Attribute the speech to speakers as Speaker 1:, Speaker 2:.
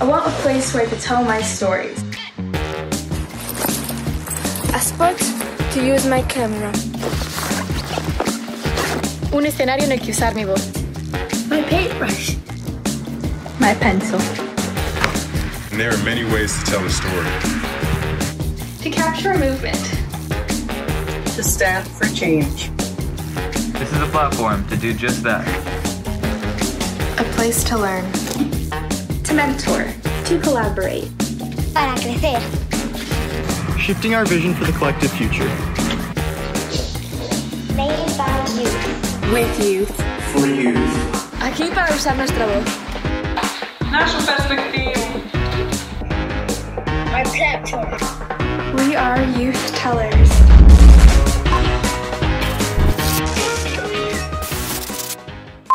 Speaker 1: I want a place where I could tell my stories.
Speaker 2: A spot to use my camera.
Speaker 3: Un escenario en el que usar mi voz.
Speaker 4: My paintbrush.
Speaker 5: My pencil.
Speaker 6: And there are many ways to tell a story.
Speaker 7: To capture a movement.
Speaker 8: To stand for change.
Speaker 9: This is a platform to do just that.
Speaker 10: A place to learn.
Speaker 11: To mentor.
Speaker 12: To collaborate.
Speaker 13: Para crecer.
Speaker 14: Shifting our vision for the collective future.
Speaker 15: Made by youth.
Speaker 16: With youth.
Speaker 17: For youth.
Speaker 3: Aquí para usar nuestra voz.
Speaker 18: National perspective.
Speaker 19: Our platform.
Speaker 2: We are youth tellers.